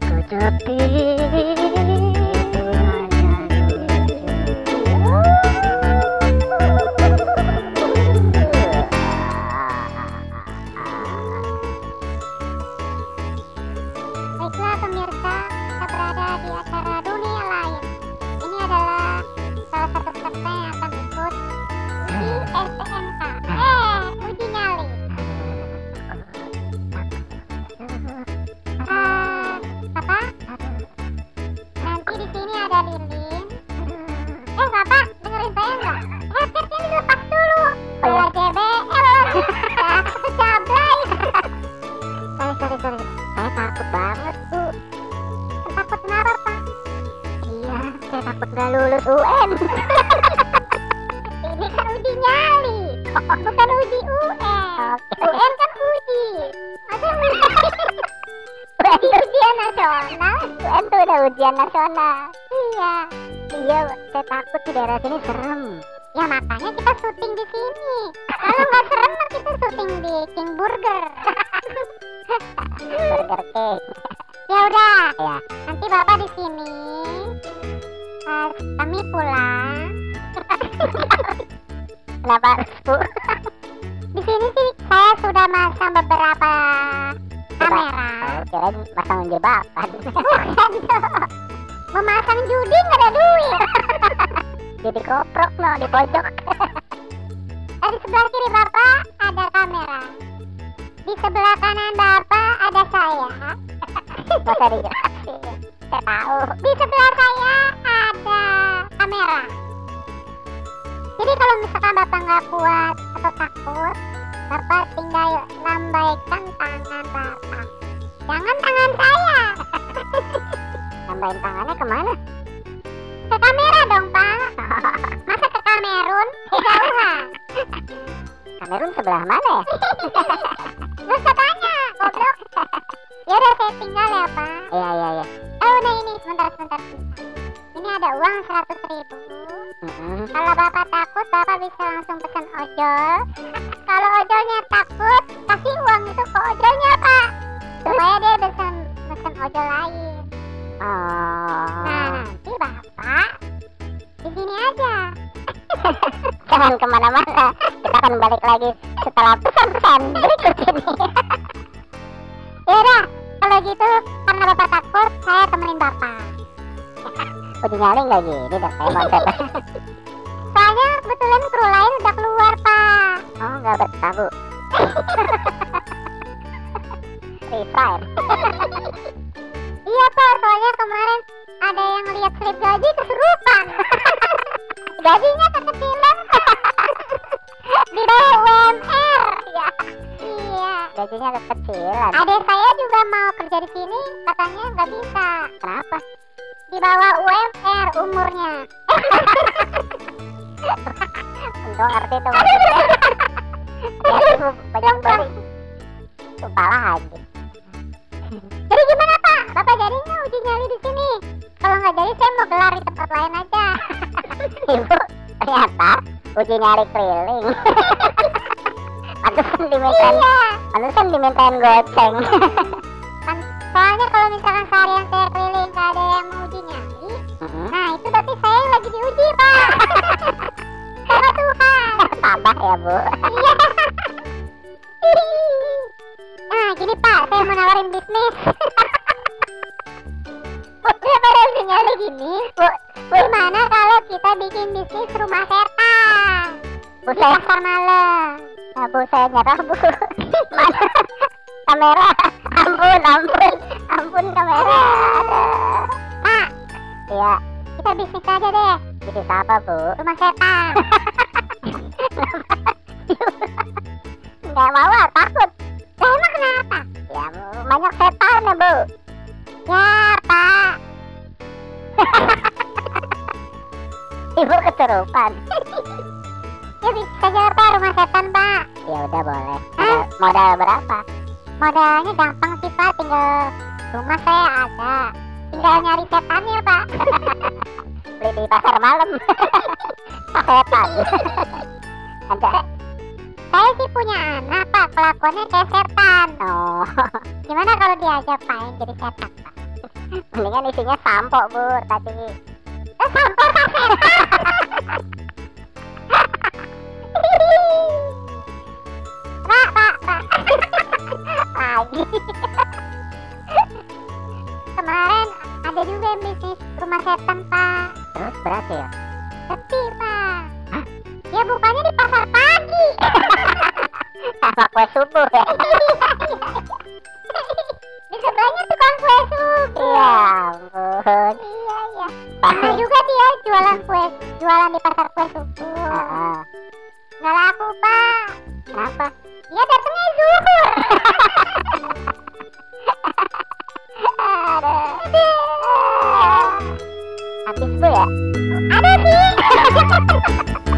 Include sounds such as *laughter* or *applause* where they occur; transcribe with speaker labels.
Speaker 1: Tapi itu hanya lucu. Baiklah pemirsa, kita berada di acara dunia lain. Ini adalah salah satu peserta yang akan ikut di STNK. Eh, uji nyali. Eh, apa? Nanti di sini ada lilin. Eh, bapak, dengerin saya nggak? Eh, Pepnya dilepas dulu. Bayar JBL. Cablay. *laughs* Sorry, sorry, sorry. Saya takut banget, Bu. Takut kenapa, Pak? Iya, saya takut nggak lulus *laughs* UN. Ini kan uji nyali. Bukan uji UN. UN kan uji. Ada Kan uji. Berarti ujian nasional. UN tuh udah ujian nasional. Iya. Iya, saya takut di daerah sini serem. Ya makanya kita syuting di sini. Kalau nggak serem mah kita syuting di King Burger. Burger King. ya udah.
Speaker 2: Ya.
Speaker 1: Nanti bapak di sini. Eh, kami pulang. Kenapa harus bu? di sini sih saya sudah masang beberapa kamera. *laughs*
Speaker 2: ah, kirain pasang jebakan
Speaker 1: Bukan dong. Memasang judi nggak ada duit.
Speaker 2: *laughs* jadi koprok no di pojok
Speaker 1: Eh, Di sebelah kiri bapak ada kamera. Di sebelah kanan bapak ada saya.
Speaker 2: masa di
Speaker 1: Saya tahu. Di sebelah saya ada kamera. Jadi kalau misalkan bapak nggak kuat atau takut, bapak tinggal lambaikan tangan bapak. Jangan tangan saya.
Speaker 2: tambahin tangannya kemana *laughs*
Speaker 1: Ke kamera dong pak. Masa ke Kamerun? Jauhan.
Speaker 2: Kamerun sebelah mana ya
Speaker 1: Lu tanya, goblok. *laughs* Ya udah saya tinggal ya, Pak.
Speaker 2: iya iya iya
Speaker 1: Oh, nah ini sebentar sebentar. sebentar. Ini ada uang seratus ribu.
Speaker 2: Mm-mm.
Speaker 1: Kalau bapak takut, bapak bisa langsung pesan ojol. *laughs* Kalau ojolnya takut, kasih uang itu ke ojolnya, Pak. Supaya dia pesan pesan ojol lain. Nah,
Speaker 2: oh
Speaker 1: nanti bapak di sini aja.
Speaker 2: jangan kemana-mana kita akan balik lagi setelah pesan-pesan berikut ini
Speaker 1: Ya udah, kalau gitu karena bapak takut, saya temenin bapak.
Speaker 2: uji nyali nggak gini dah saya montet
Speaker 1: Soalnya kebetulan kru lain udah keluar, Pak.
Speaker 2: oh nggak betah bu *laughs* free fire
Speaker 1: Iya pak, soalnya kemarin ada yang lihat slip gaji kesurupan. Gajinya kekecilan. Di bawah UMR. Ya. Iya.
Speaker 2: gajinya kekecilan
Speaker 1: Adik saya juga mau kerja di sini, katanya nggak bisa.
Speaker 2: kenapa
Speaker 1: Di bawah UMR umurnya.
Speaker 2: untung ngerti tuh maksudnya ya bu banyak balik lupa lagi
Speaker 1: Jadi gimana pak? Bapak jadi nggak uji nyali di sini? Kalau nggak jadi saya mau gelar di tempat lain aja.
Speaker 2: Ibu ternyata uji nyari keliling. Pantesan dimintain,
Speaker 1: iya.
Speaker 2: pantesan dimintain goceng.
Speaker 1: Soalnya kalau misalkan seharian saya keliling nggak ada yang mau uji nyali,
Speaker 2: Mm-mm.
Speaker 1: Nah, itu berarti saya yang lagi diuji, Pak. *laughs* Sama Tuhan. *laughs*
Speaker 2: Tabah ya bu.
Speaker 1: Iya. Nah, gini Pak, saya mau nawarin bisnis. *laughs* Udah pada ujinya udah gini.
Speaker 2: Bu, bu,
Speaker 1: Gimana kalau kita bikin bisnis rumah setan?
Speaker 2: bu
Speaker 1: Di
Speaker 2: saya,
Speaker 1: pasar malam.
Speaker 2: ya, bu saya nyerah bu. Mana kamera? Ampun, ampun, ampun kamera.
Speaker 1: Pak,
Speaker 2: Iya,
Speaker 1: kita bisnis aja deh.
Speaker 2: jadi apa bu?
Speaker 1: Rumah setan.
Speaker 2: Nggak mau ah, takut.
Speaker 1: Lah, emang kenapa?
Speaker 2: Ya banyak setan ya bu.
Speaker 1: Ya, Pak.
Speaker 2: Ibu kesurupan.
Speaker 1: Ya, bisa aja, Pak, rumah setan, Pak.
Speaker 2: Ya udah boleh. Modal, modal berapa?
Speaker 1: Modalnya gampang sih pak, tinggal rumah saya ada. Tinggal nyari setannya pak.
Speaker 2: beli di pasar malam *laughs* setan ada
Speaker 1: saya sih punya anak pak, kelakuannya kayak setan.
Speaker 2: oh *laughs*
Speaker 1: Gimana kalau diajak pak yang jadi setan pak?
Speaker 2: Mendingan isinya sampo, Bur, tapi
Speaker 1: Eh, sampo pakai Pak, pak, pak.
Speaker 2: lagi.
Speaker 1: Kemarin ada juga yang bisnis rumah setan, Pak.
Speaker 2: Terus ya? berhasil.
Speaker 1: Sepi, Pak. Ya bukannya di pasar pagi.
Speaker 2: Sama kue subuh ya.
Speaker 1: di sebelahnya tukang kue subuh.
Speaker 2: Iya, ampun.
Speaker 1: Iya, iya. Ada
Speaker 2: Baik.
Speaker 1: juga dia jualan kue, jualan di pasar kue subuh.
Speaker 2: Ah,
Speaker 1: Nggak laku, Pak.
Speaker 2: Kenapa?
Speaker 1: Dia datangnya zuhur. *laughs* Aduh.
Speaker 2: Habis bu ya?
Speaker 1: *laughs* Ada sih.